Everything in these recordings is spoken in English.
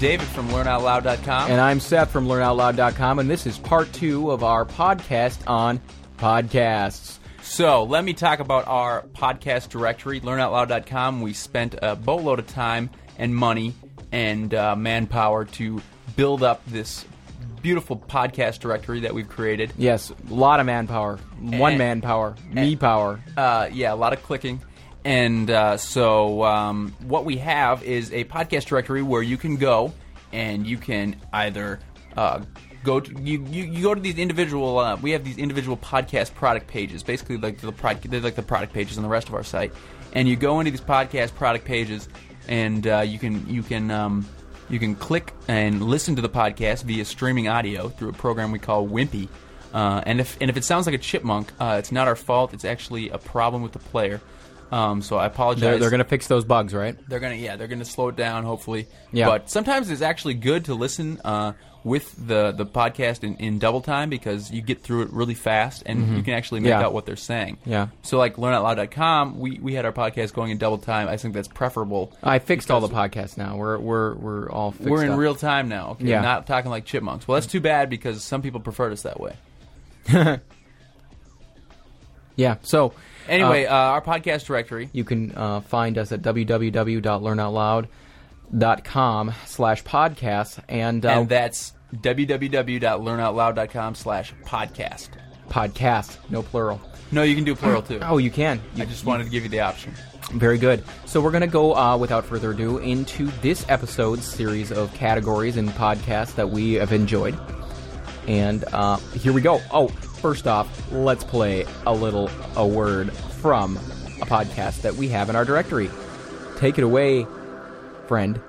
David from LearnOutLoud.com. And I'm Seth from LearnOutLoud.com, and this is part two of our podcast on podcasts. So let me talk about our podcast directory, LearnOutLoud.com. We spent a boatload of time and money and uh, manpower to build up this beautiful podcast directory that we've created. Yes, a lot of manpower, one And- manpower, Eh. me power. Uh, yeah, a lot of clicking. And uh, so, um, what we have is a podcast directory where you can go and you can either uh, go to you, you, you go to these individual. Uh, we have these individual podcast product pages, basically like the product, they're like the product pages on the rest of our site. And you go into these podcast product pages, and uh, you can you can um, you can click and listen to the podcast via streaming audio through a program we call Wimpy. Uh, and if and if it sounds like a chipmunk, uh, it's not our fault. It's actually a problem with the player. Um, so I apologize. They're, they're going to fix those bugs, right? They're gonna yeah they're gonna slow it down hopefully. Yeah. But sometimes it's actually good to listen uh, with the the podcast in, in double time because you get through it really fast and you can actually make Mm-hmm. Yeah. out what they're saying. Yeah. So like learnoutloud.com, we we had our podcast going in double time. I think that's preferable. I fixed all the podcasts now. We're we're we're all fixed We're in up. real time now. Okay. Yeah. Not talking like chipmunks. Well, that's too bad because some people preferred us that way. Yeah. So Anyway, uh, uh, our podcast directory. you can uh, find us at www.learnoutloud.com slash podcasts and, uh, and that's www.learnoutloud.com slash podcast. podcast, no plural. No, you can do plural too. Oh, you can. I You just wanted to give you the option. Very good. So we're going to go, uh, without further ado, into this episode's series of categories and podcasts that we have enjoyed. And uh, here we go. Oh, first off, let's play a little a word from a podcast that we have in our directory. Take it away, friend.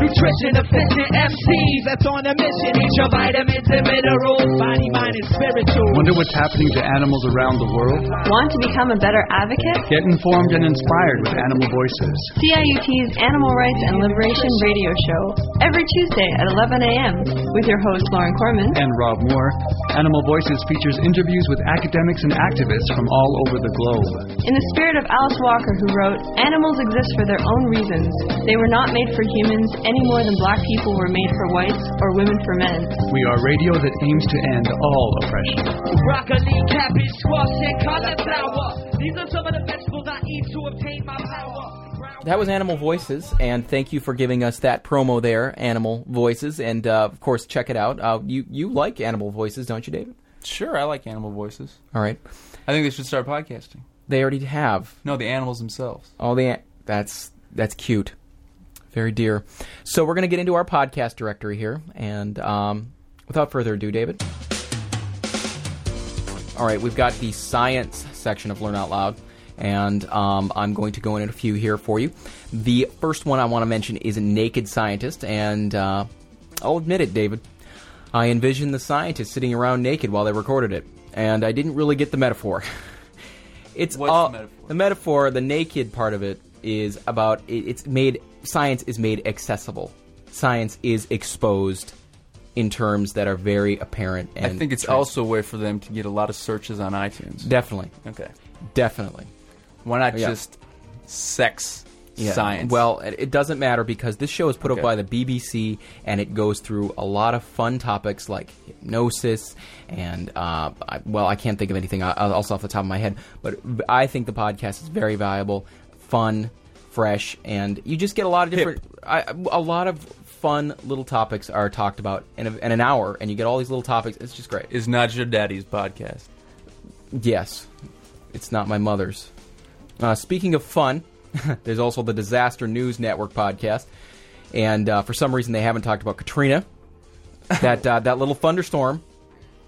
Nutrition efficient MCs that's on a mission. Eat your vitamins and minerals, body, mind, and spiritual. Wonder what's happening to animals around the world? Want to become a better advocate? Get informed and inspired with animal voices. CIUT's Animal Rights and Liberation Radio Show every Tuesday at 11 a.m. with your host Lauren Corman. And Rob Moore, Animal Voices features interviews with academics and activists from all over the globe. In the spirit of Alice Walker, who wrote, "Animals exist for their own reasons. They were not made for humans any more than black people were made for whites or women for men." We are radio that aims to end all oppression. Broccoli, cabbage, squash, and cauliflower. These are some of the vegetables I eat to obtain my power. That was Animal Voices, and thank you for giving us that promo there, Animal Voices. And uh, of course, check it out. Uh, you you like Animal Voices, don't you, David? Sure, I like animal voices. All right. I think they should start podcasting. They already have No, the animals themselves. All the that's that's cute, very dear. So we're gonna get into our podcast directory here, and um, without further ado, David. All right, we've got the science section of Learn Out Loud, and um, I'm going to go in a few here for you. The first one I want to mention is Naked Scientist, and uh, I'll admit it, David. I envisioned the scientist sitting around naked while they recorded it, and I didn't really get the metaphor. it's What's all, the metaphor? the metaphor, the naked part of it is about it, it's made science is made accessible. Science is exposed in terms that are very apparent. And I think it's trans- also a way for them to get a lot of searches on iTunes. definitely, okay. definitely Why not Yeah. just sex Yeah. science? Well, it, it doesn't matter because this show is put Okay. up by the BBC and it goes through a lot of fun topics like hypnosis and uh, I, well, I can't think of anything uh, else off the top of my head, but I think the podcast is very valuable, fun, fresh, and you just get a lot of different, I, a lot of fun little topics are talked about in, a, in an hour, and you get all these little topics. It's just great. is not your daddy's podcast. Yes, it's not my mother's. Uh, speaking of fun, there's also the Disaster News Network podcast, and uh, for some reason they haven't talked about Katrina, that uh, that little thunderstorm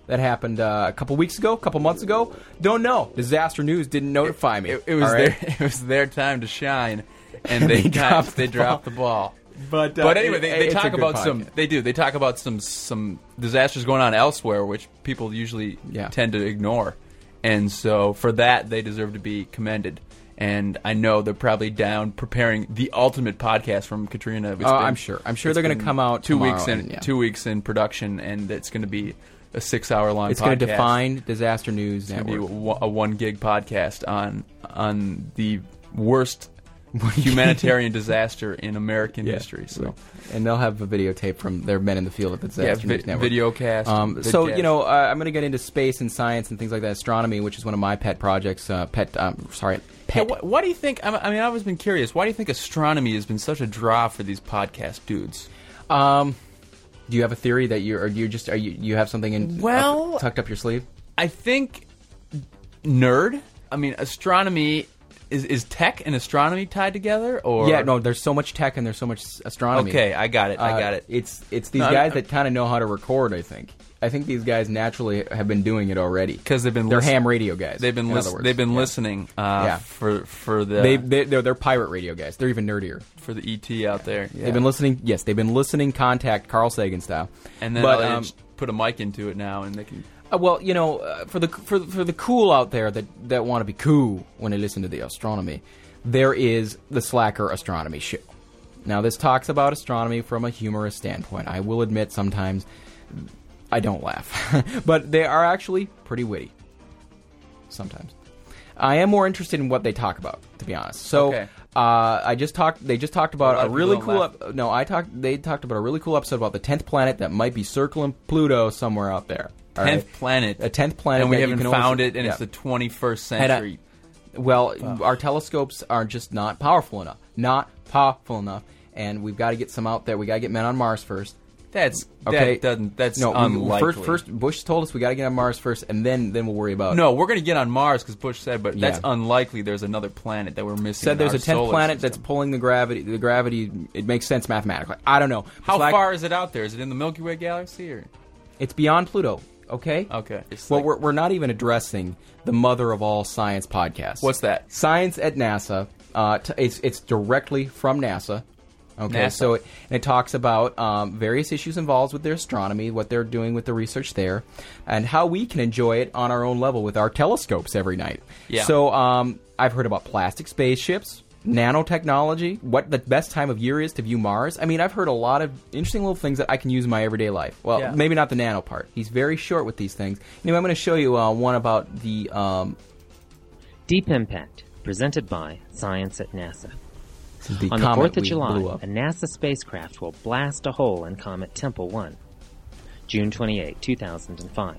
that happened uh, a couple weeks ago, a couple months ago. Don't know. Disaster News didn't notify me. It, it was all right? their it was their time to shine, and they, They got- dropped they the dropped the ball. But, uh, but anyway, it- they, they it's a talk good about some. podcast. They do. They talk about some some disasters going on elsewhere, which people usually Yeah. tend to ignore. And so for that, they deserve to be commended. And I know they're probably down preparing the ultimate podcast from Katrina. It's Oh, I'm sure. I'm sure it's they're gonna been come out two weeks in tomorrow, and, yeah. two weeks in production, and it's going to be a six hour long. It's going to podcast. define Disaster News It's gonna Network. be a one- a one gig podcast on on the worst humanitarian disaster in American Yeah. history. So and they'll have a videotape from their men in the field at the yeah, Disaster vi- News Network. video cast. Um, so you know, uh, I'm going to get into space and science and things like that. Astronomy, which is one of my pet projects. Uh, pet, um, sorry, pet. why, do you think? I mean, I've always been curious. Why do you think astronomy has been such a draw for these podcast dudes? Um, do you have a theory that you or you just are you you have something in Well- up- tucked up your sleeve? I think nerd. I mean, astronomy is is tech and astronomy tied together, or yeah, no. There's so much tech and there's so much s- astronomy. Okay, I got it. Uh, I got it. It's it's these No, I- guys I- that kind of know how to record. I think. I think these guys naturally have been doing it already 'Cause they've been they're lis- ham radio guys. they've been in lis- other words. they've been Yeah. listening uh, Yeah. for for the They, they they're, they're pirate radio guys. They're even nerdier. for the ET out there. Yeah. They've been listening. Yes, they've been listening. Contact Carl Sagan style. and then but they um, just put a mic into it now, and they can. uh, well, you know, uh, for the for the- for the cool out there that that want to be cool when they listen to the astronomy, there is the Slacker Astronomy Show. Now, this talks about astronomy from a humorous standpoint. I will admit sometimes I don't laugh, but they are actually pretty witty. Sometimes. I am more interested in what they talk about, to be honest. So Okay. uh, I just talked. They just talked lot about a, of people really don't cool. laugh. ep- no, I talked. They talked about a really cool episode about the tenth planet that might be circling Pluto somewhere out there. All Tenth right? planet, A tenth planet, and we that you haven't can only- found it, and yeah. it's the twenty-first And I- century. well, our telescopes are just not powerful enough. Not powerful enough, and we've got to get some out there. We got to get men on Mars first. that's Okay, that doesn't. That's no. we- unlikely. First, first, Bush told us we got to get on Mars first, and then then we'll worry about no, we're going to get on Mars because Bush said, but that's Yeah. unlikely. There's another planet that we're missing. said in there's our a tenth solar planet system. that's pulling the gravity. The gravity it makes sense mathematically. I don't know How It's like- far is it out there? Is it in the Milky Way galaxy or? It's beyond Pluto. Okay. Okay. It's well, like- we're, we're not even addressing the mother of all science podcasts. What's that? Science at NASA. Uh, t- it's it's directly from NASA. Okay. NASA. So it, and it talks about um, various issues involved with their astronomy, what they're doing with the research there, and how we can enjoy it on our own level with our telescopes every night. Yeah. So um, I've heard about plastic spaceships, nanotechnology, what the best time of year is to view Mars. I mean, I've heard a lot of interesting little things that I can use in my everyday life. Well, Yeah. maybe not the nano part. He's very short with these things. Anyway, I'm going to show you uh, one about the. Um, Deep Impact, presented by Science at NASA. this is the On the comet 4th of we July, blew up. a NASA spacecraft will blast a hole in Comet Temple 1, June 28, 2005.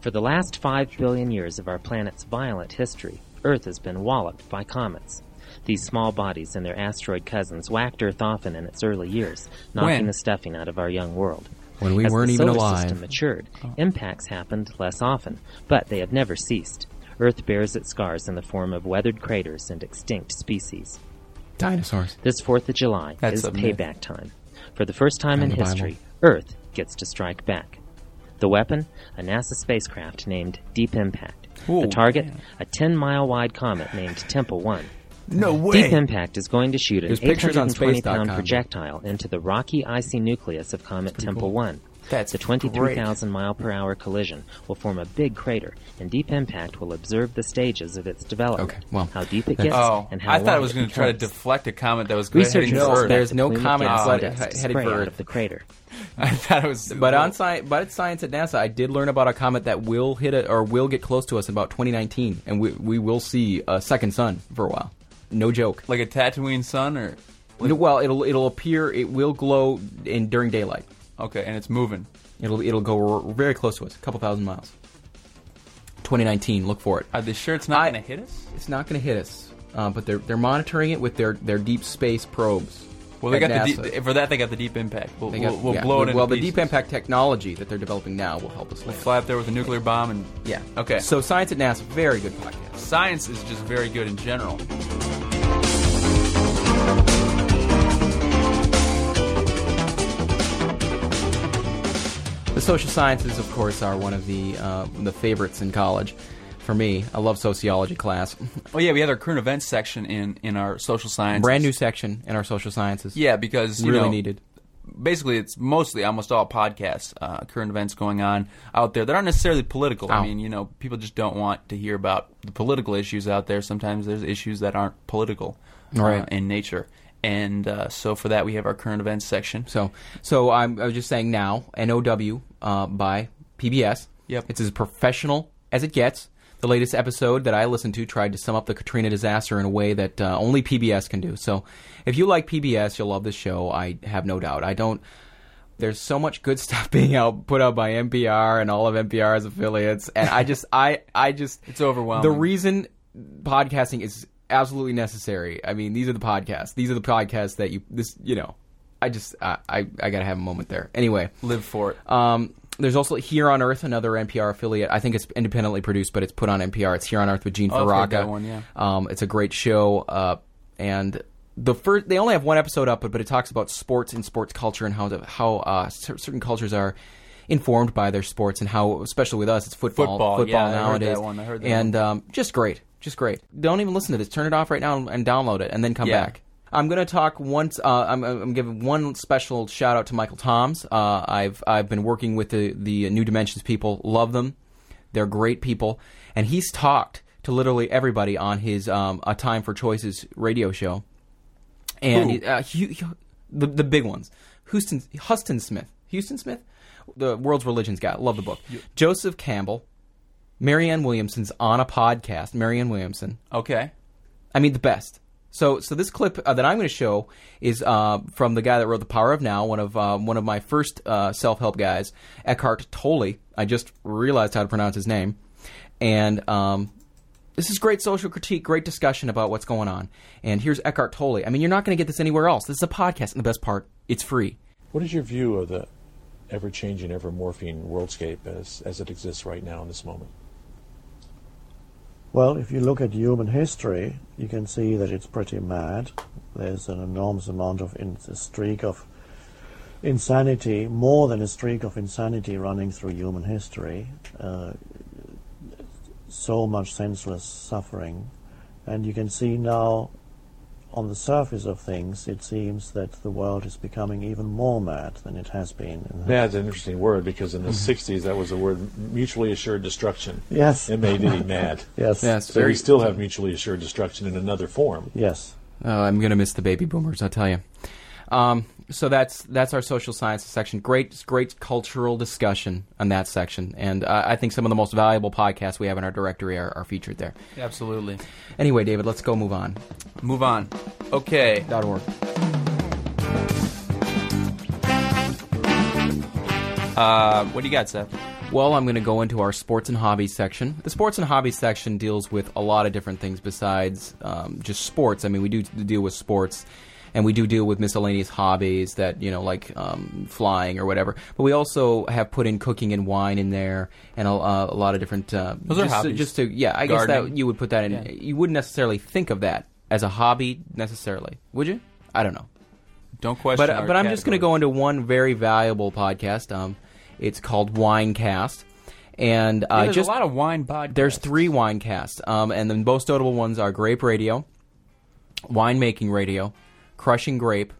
For the last 5 billion years of our planet's violent history, Earth has been walloped by comets. These small bodies and their asteroid cousins whacked Earth often in its early years, knocking When? the stuffing out of our young world. When we As weren't the even solar alive. Oh. system matured, impacts happened less often, but they have never ceased. Earth bears its scars in the form of weathered craters and extinct species. Dinosaurs. This 4th of July That's is a myth. payback time. For the first time From in the Bible. history, Earth gets to strike back. The weapon, a NASA spacecraft named Deep Impact. Ooh, the target, a 10 mile wide comet named Temple 1. No way. Deep Impact is going to shoot an There's pictures on 820 pound space.com. projectile into the rocky, icy nucleus of Comet Temple 1. That's the 23,000 mile per hour collision will form a big crater, and Deep Impact will observe the stages of its development. Okay, well, how deep it that's- gets Oh, and how I thought long it was going to try to becomes. deflect a comet that was going Researchers heading for Earth. expect There's the no plume of comet gas flood- and dust to he- headed spray for out Earth. of the crater. I thought it was. But on sci- but at science at NASA, I did learn about a comet that will hit a, or will get close to us in about 2019, and we we will see a second sun for a while. No joke. like a Tatooine sun, or No, well, it'll it'll appear. It will glow in during daylight. okay, and it's moving. It'll it'll go r- very close to us, a couple thousand miles. 2019. Look for it. Are they sure it's not I- going to hit us? It's not going to hit us, uh, but they're they're monitoring it with their their deep space probes. Well, they at got NASA. the deep, for that. They got the deep impact. We'll, They got- we'll, we'll yeah, blow it. into Well, the pieces. deep impact technology that they're developing now will help us. Later. Fly up there with a nuclear bomb and Yeah. Okay. So science at NASA, very good podcast. science is just very good in general. The social sciences, of course, are one of the uh, the favorites in college. For me, I love sociology class. Oh yeah, we had our current events section in in our social science. Brand new section in our social sciences. Yeah, because you really know, needed. basically it's mostly almost all podcasts, uh, current events going on out there that aren't necessarily political. Ow. I mean, you know, people just don't want to hear about the political issues out there. Sometimes there's issues that aren't political uh, Right. in nature. And uh, so for that, we have our current events section. So, so I'm, I was just saying now, NOW uh, by PBS. Yep. It's as professional as it gets. The latest episode that I listened to tried to sum up the Katrina disaster in a way that uh, only PBS can do. So, if you like PBS, you'll love this show. I have no doubt. I don't. There's so much good stuff being out put out by NPR and all of NPR's affiliates, and I just, I, I just, It's overwhelming. The reason podcasting is absolutely necessary. I mean, these are the podcasts. These are the podcasts that you this, you know. I just, I, I, I gotta have a moment there. Anyway, Live for it. um, there's also Here on Earth, another NPR affiliate. I think it's independently produced, but it's put on NPR. It's Here on Earth with Gene I've heard Farraga. that one, yeah. Um, it's a great show, uh, and the first they only have one episode up, but, but it talks about sports and sports culture and how the, how uh, cer- certain cultures are informed by their sports and how, especially with us, it's football. Football, yeah, I heard nowadays, that one, I heard that and um, just great, just great. Don't even listen to this. Turn it off right now and, and download it, and then come Yeah. back. I'm going to talk once. Uh, I'm, I'm giving one special shout out to Michael Toms. Uh, I've I've been working with the the New Dimensions people. Love them. They're great people, and he's talked to literally everybody on his um, A Time for Choices radio show, and Who? uh, Hu- Hu- the the big ones. Houston Huston Smith, Houston Smith, the world's religions guy. Love the book. Joseph Campbell, Marianne Williamson's on a podcast. Marianne Williamson. Okay. I mean, the best. So, so this clip uh, that I'm going to show is uh, from the guy that wrote The Power of Now, one of um, one of my first uh, self help guys, Eckhart Tolle. I just realized how to pronounce his name, and um, this is great social critique, great discussion about what's going on. And here's Eckhart Tolle. I mean, you're not going to get this anywhere else. This is a podcast, and the best part, it's free. What is your view of the ever changing, ever morphing worldscape as, as it exists right now in this moment? Well, if you look at human history, you can see that it's pretty mad. There's an enormous amount of in- a streak of insanity, more than a streak of insanity running through human history. Uh, so much senseless suffering. And you can see now, on the surface of things, it seems that the world is becoming even more mad than it has been. in the- Mad's an interesting word because in the 60s that was the word mutually assured destruction. Yes. MAD, mad. Yes. Yes, So we still have mutually assured destruction in another form. Yes. Oh, I'm gonna miss the baby boomers, I tell you. Um, so that's that's our social sciences section. Great, great cultural discussion on that section, and uh, I think some of the most valuable podcasts we have in our directory are, are featured there. Absolutely. Anyway, David, let's go move on. Move on. Okay. Dot org. Uh, what do you got, Seth? Well, I'm going to go into our sports and hobbies section. The sports and hobbies section deals with a lot of different things besides um, just sports. I mean, we do t- deal with sports, and we do deal with miscellaneous hobbies that you know, like um, flying or whatever. But we also have put in cooking and wine in there, and a, uh, a lot of different. Uh, Those are just, hobbies. Just to yeah, I guess Gardening. that you would put that in. Yeah. You wouldn't necessarily think of that as a hobby necessarily, would you? I don't know Don't question. but uh, our but I'm just going to go categories. into one very valuable podcast. Um, it's called Winecast, and uh, Yeah, there's just a lot of wine podcasts. there's three winecasts, um, and the most notable ones are Grape Radio, Winemaking Radio, Crushing Grape,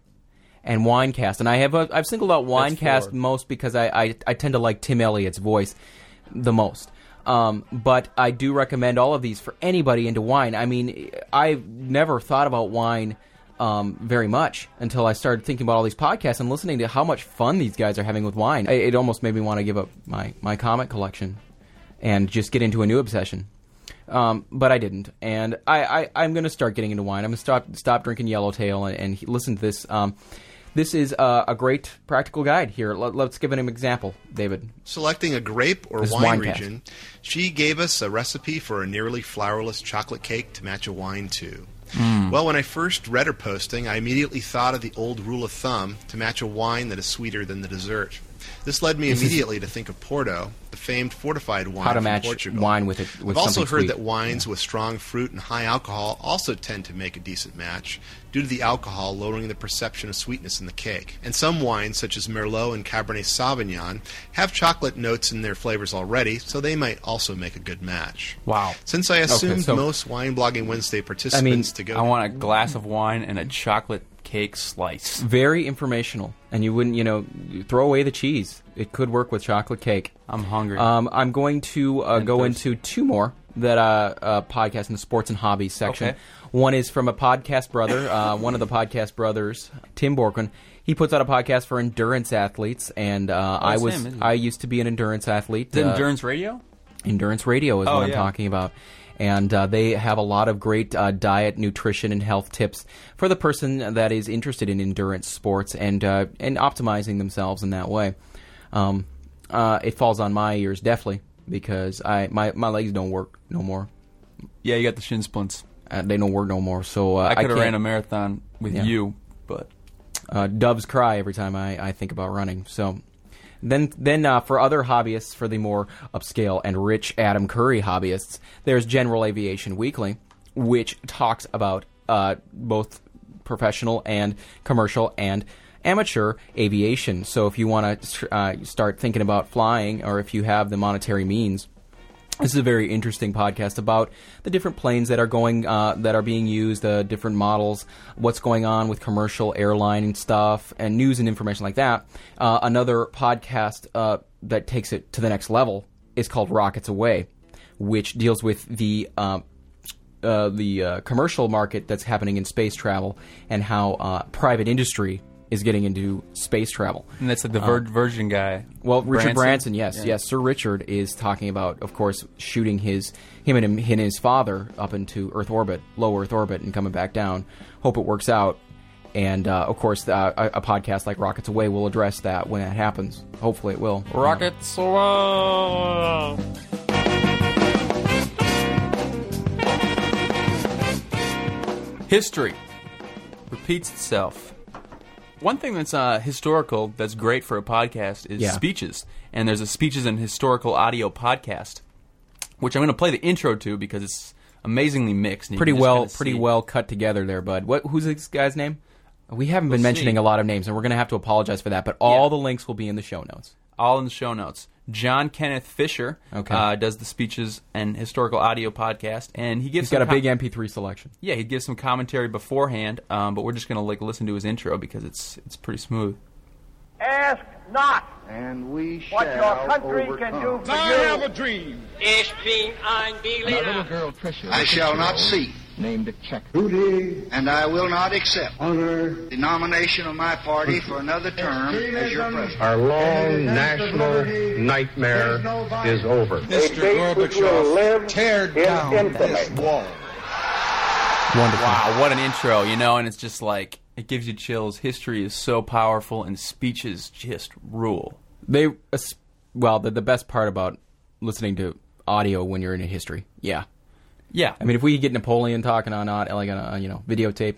and Winecast. And I have a, I've singled out That's Winecast four. most because I, I I tend to like Tim Elliott's voice the most. Um, but I do recommend all of these for anybody into wine. I mean, I've never thought about wine um, very much until I started thinking about all these podcasts and listening to how much fun these guys are having with wine. It, it almost made me want to give up my, my comic collection and just get into a new obsession. Um, but I didn't, and I, I I'm going to start getting into wine. I'm going to stop stop drinking Yellowtail and, and he- listen to this. Um, this is uh, a great practical guide here. Let, let's give an example, David. Selecting a grape or This is wine Winecast. region, she gave us a recipe for a nearly flourless chocolate cake to match a wine to. Well, when I first read her posting, I immediately thought of the old rule of thumb to match a wine that is sweeter than the dessert. This led me immediately to think of Porto, the famed fortified wine How to from match Portugal. wine with it- with I've also something heard sweet. that wines with strong fruit and high alcohol also tend to make a decent match due to the alcohol lowering the perception of sweetness in the cake. And some wines, such as Merlot and Cabernet Sauvignon, have chocolate notes in their flavors already, so they might also make a good match. Wow. Since I assumed so- most Wine Blogging Wednesday participants to go I want a glass of wine and a chocolate cake slice. Very informational, and you wouldn't you know you throw away the cheese. It could work with chocolate cake. I'm hungry. Um, I'm going to uh, go thirsty. into two more that uh, uh, podcast in the sports and hobbies section. Okay. One is from a podcast brother, uh, one of the podcast brothers, Tim Borkin. He puts out a podcast for endurance athletes, and uh, I it's was Oh, him, isn't it? I used to be an endurance athlete. Is it uh, endurance radio? Endurance Radio is Oh, what I'm yeah. talking about. And uh, they have a lot of great uh, diet, nutrition, and health tips for the person that is interested in endurance sports and uh, and optimizing themselves in that way. Um, uh, it falls on my ears definitely because I my, my legs don't work no more. Yeah, you got the shin splints. Uh, they don't work no more. So uh, I could have can't- ran a marathon with Yeah. you, but uh, doves cry every time I, I think about running. So then then uh, for other hobbyists, for the more upscale and rich Adam Curry hobbyists, there's General Aviation Weekly, which talks about uh, both professional and commercial and amateur aviation. So if you want to uh, start thinking about flying, or if you have the monetary means. This is a very interesting podcast about the different planes that are going, uh, that are being used, uh, different models, what's going on with commercial airline and stuff, and news and information like that. Uh, another podcast uh, that takes it to the next level is called Rockets Away, which deals with the um, uh, the uh, commercial market that's happening in space travel and how uh, private industry is getting into space travel. and that's like the Vir- Virgin guy. Well, Richard Branson? Branson, yes, Yeah. yes. Sir Richard is talking about, of course, shooting his him and him, and his father up into Earth orbit, low Earth orbit, and coming back down. Hope it works out. And uh, of course, uh, a, a podcast like Rockets Away will address that when that happens. Hopefully, it will. Rockets. uh, Whoa. History repeats itself. One thing that's uh, historical that's great for a podcast is Yeah. speeches, and there's a speeches and historical audio podcast, which I'm going to play the intro to because it's amazingly mixed. and you pretty can just well, kinda pretty see- well cut together there, bud. What? Who's this guy's name? We haven't been We'll mentioning see. a lot of names, and we're going to have to apologize for that. But all Yeah. the links will be in the show notes. all in the show notes. John Kenneth Fisher Okay. uh, does the speeches and historical audio podcast, and he gives He's got a some com- big MP3 selection. Yeah, he gives some commentary beforehand, um, but we're just gonna like listen to his intro because it's it's pretty smooth. Ask not And we shall what your country can do for you. a dream. Ich bin ein Berliner. girl, Tricia. I shall not see. Named a check. Duty. And I will not accept. Honor. The nomination of my party for another term as your president. Our long national nightmare is over. Mr. Gorbachev, tear down this wall. Wonderful. Wow, what an intro, you know, and it's just like it gives you chills. History is so powerful, and speeches just rule. They es- well, the, the best part about listening to audio when you're in history, yeah. Yeah, I mean, if we could get Napoleon talking on on like on a you know videotape,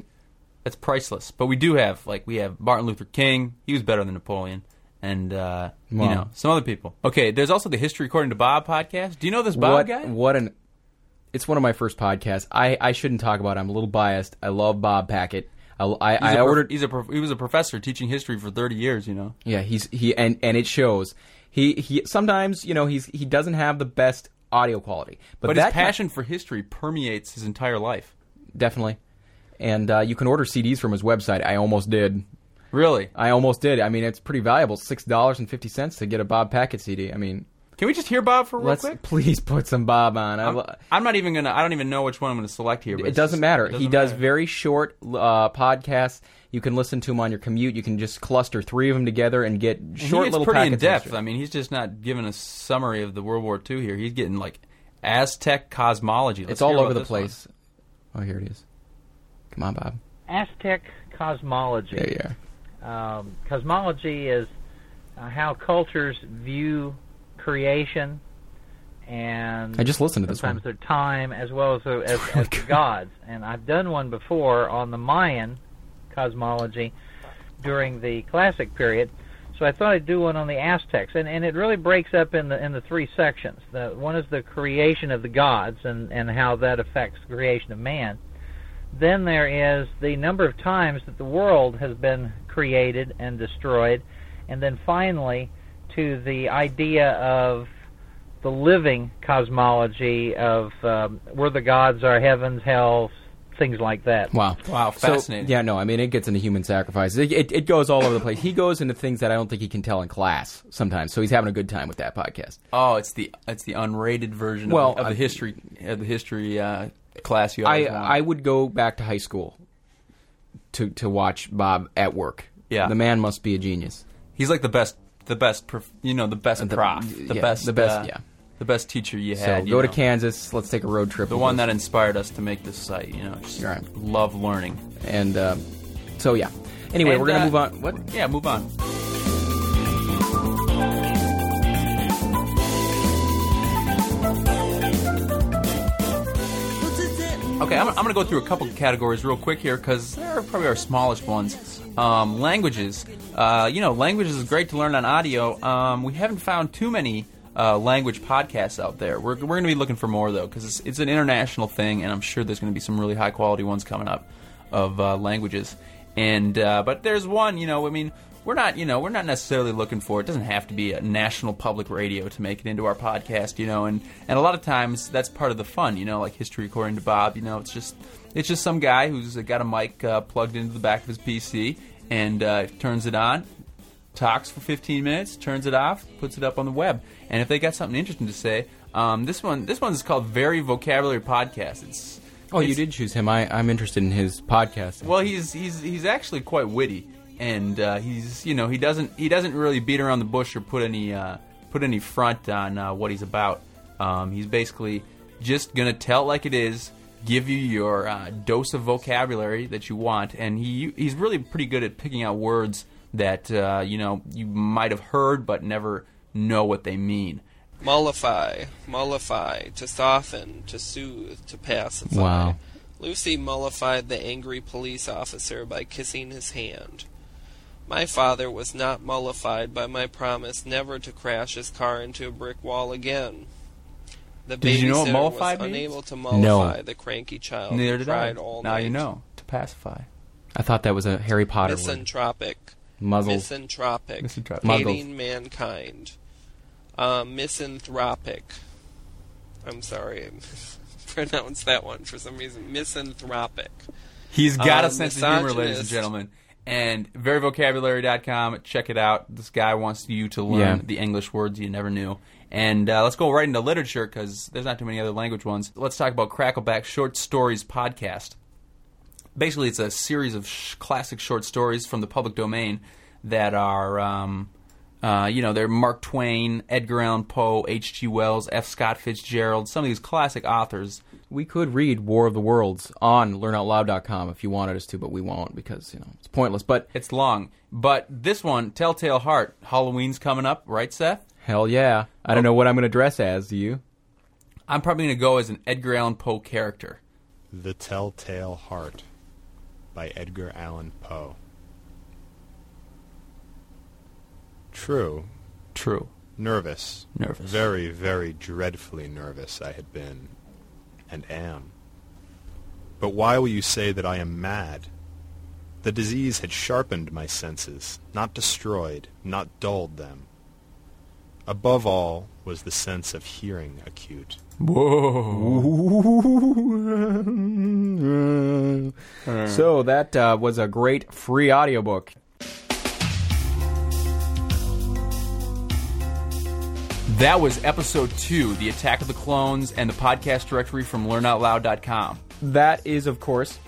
that's priceless. But we do have like we have Martin Luther King. He was better than Napoleon, and uh, Wow. you know some other people. Okay, there's also the History According to Bob podcast. Do you know this Bob what guy? what an it's one of my first podcasts. I I shouldn't talk about. it. I'm a little biased. I love Bob Packett. I, I, He's I a prof- ordered. He's a prof- he was a professor teaching history for thirty years. You know. Yeah, he's he and and it shows. He he sometimes you know he's he doesn't have the best audio quality, but, But that his passion for history permeates his entire life. definitely. And uh, you can order CDs from his website. I almost did. Really? I almost did. I mean, it's pretty valuable. Six dollars and fifty cents to get a Bob Packett CD. I mean, Can we just hear Bob for real let's quick? please put some Bob on. I, I'm, lo- I'm not even gonna. I don't even know which one I'm gonna select here. But it it's doesn't just- matter. it he doesn't does matter. very short uh, podcasts. You can listen to him on your commute. You can just cluster three of them together and get He short gets little pretty packets. in of depth. history. I mean, he's just not giving a summary of the World War II here. He's getting like Aztec cosmology. Let's it's all hear over about the this one. place. Oh, here it is. Come on, Bob. Aztec cosmology. There you are. um, cosmology is uh, how cultures view creation and I just listened to this sometimes one. Oh their time as well as their, as, as the gods. And I've done one before on the Mayan cosmology during the classic period. So I thought I'd do one on the Aztecs, and, and it really breaks up in the in the three sections. The, one is the creation of the gods and, and how that affects the creation of man. Then there is the number of times that the world has been created and destroyed, and then finally to the idea of the living cosmology of um, where the gods are, heavens, hell, things like that. Wow. Wow, So, fascinating. yeah, no, I mean, it gets into human sacrifice. It, it, it goes all over the place. He goes into things that I don't think he can tell in class sometimes, so he's having a good time with that podcast. Oh, it's the it's the unrated version Well, of, of I- the history of the history uh, class. You I, always wanted. I would go back to high school to, to watch Bob at work. Yeah. The man must be a genius. He's like the best the best prof, you know the best prof the yeah, best the best uh, yeah the best teacher you So had. you go to know. Kansas. Let's take a road trip. The with one us. that inspired us to make this site. You know, just love learning. And uh, so yeah. Anyway, And, we're gonna uh, move on. What? Yeah, move on. Okay, I'm, I'm going to go through a couple categories real quick here because they're probably our smallest ones. Um, languages. Uh, you know, languages is great to learn on audio. Um, we haven't found too many uh, language podcasts out there. We're, we're going to be looking for more, though, because it's, it's an international thing, and I'm sure there's going to be some really high quality ones coming up of uh, languages. And uh, but there's one, you know, I mean, we're not, you know, we're not necessarily looking for. It doesn't have to be a national public radio to make it into our podcast, you know. And and a lot of times that's part of the fun, you know, like history according to Bob. You know, it's just it's just some guy who's got a mic uh, plugged into the back of his PC and uh, turns it on, talks for 15 minutes, turns it off, puts it up on the web. And if they got something interesting to say, um, this one this one's called Very Vocabulary Podcast. It's Oh, you it's- did choose him. I, I'm interested in his podcast. well, he's he's he's actually quite witty, and uh, he's you know he doesn't he doesn't really beat around the bush or put any uh, put any front on uh, what he's about. Um, he's basically just gonna tell it like it is, give you your uh, dose of vocabulary that you want, and he he's really pretty good at picking out words that uh, you know you might have heard but never know what they mean. Mollify, mollify, to soften, to soothe, to pacify. Wow. Lucy mollified the angry police officer by kissing his hand. My father was not mollified by my promise never to crash his car into a brick wall again. The Did you know what babysitter mollified was means? unable to No. mollify the cranky child. who Neither did I. cried Oh, all now you night. know to pacify. I thought that was a Harry Potter word. misanthropic, Muzzled. misanthropic, Misanthropic. hating mankind, uh, misanthropic. I'm sorry, I pronounced that one for some reason. Misanthropic. He's got Uh, a sense of humor, ladies and misogynist. gentlemen. And veryvocabulary.com, check it out. This guy wants you to learn Yeah. the English words you never knew. And uh, let's go right into literature because there's not too many other language ones. Let's talk about Crackleback Short Stories Podcast basically it's a series of sh- classic short stories from the public domain that are um, uh, you know they're Mark Twain, Edgar Allan Poe, H.G. Wells, F. Scott Fitzgerald, some of these classic authors. We could read War of the Worlds on learnoutloud.com if you wanted us to, but we won't because you know it's pointless. But it's long. But this one, Telltale Heart, Halloween's coming up, right, Seth? hell yeah, I Oh. don't know what I'm going to dress as. Do you? I'm probably going to go as an Edgar Allan Poe character. The Telltale Heart by Edgar Allan Poe. True. True. Nervous. Nervous. Very, very dreadfully nervous I had been and am. But why will you say that I am mad? The disease had sharpened my senses, not destroyed, not dulled them. Above all was the sense of hearing acute. Whoa. so that uh, was a great free audiobook. That was episode two, The Attack of the Clones, and the podcast directory from learnoutloud.com. That is, of course,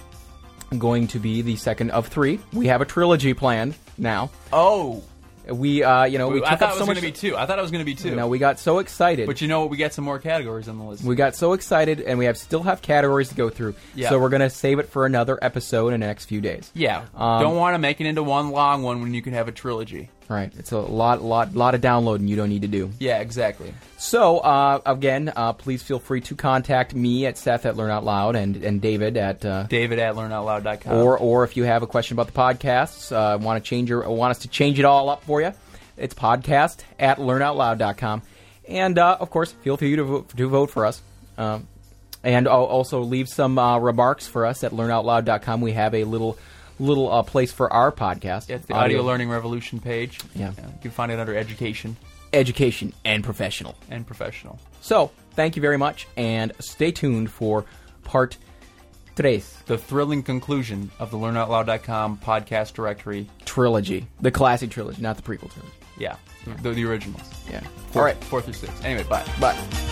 going to be the second of three. We have a trilogy planned now. Oh. We, uh, you know, we I took thought up it so was much. going to be two. I thought it was going to be two. No, we got so excited. But you know what? We got some more categories on the list. We got so excited, and we have still have categories to go through. Yeah. So we're gonna save it for another episode in the next few days. yeah. Um, Don't want to make it into one long one when you can have a trilogy. Right. It's a lot, lot, lot of downloading you don't need to do. Yeah, exactly. So uh, again, uh, please feel free to contact me at Seth at Learn Out Loud and and David at uh, David at learnoutloud.com. or or if you have a question about the podcasts, uh, want to change your want us to change it all up for you, it's podcast at learnoutloud.com. and uh, of course feel free to vote, to vote for us. Um, and al- also leave some uh, remarks for us at learnoutloud.com. We have a little little uh, place for our podcast. it's the Audio, Learning Revolution page. Yeah. You can find it under education education and professional. and professional. So, thank you very much, and stay tuned for part tres The thrilling conclusion of the learnoutloud.com podcast directory. trilogy, the classic trilogy, not the prequel trilogy. Yeah. The, the originals. Yeah. Four, All right. Four through six. Anyway, bye. Bye.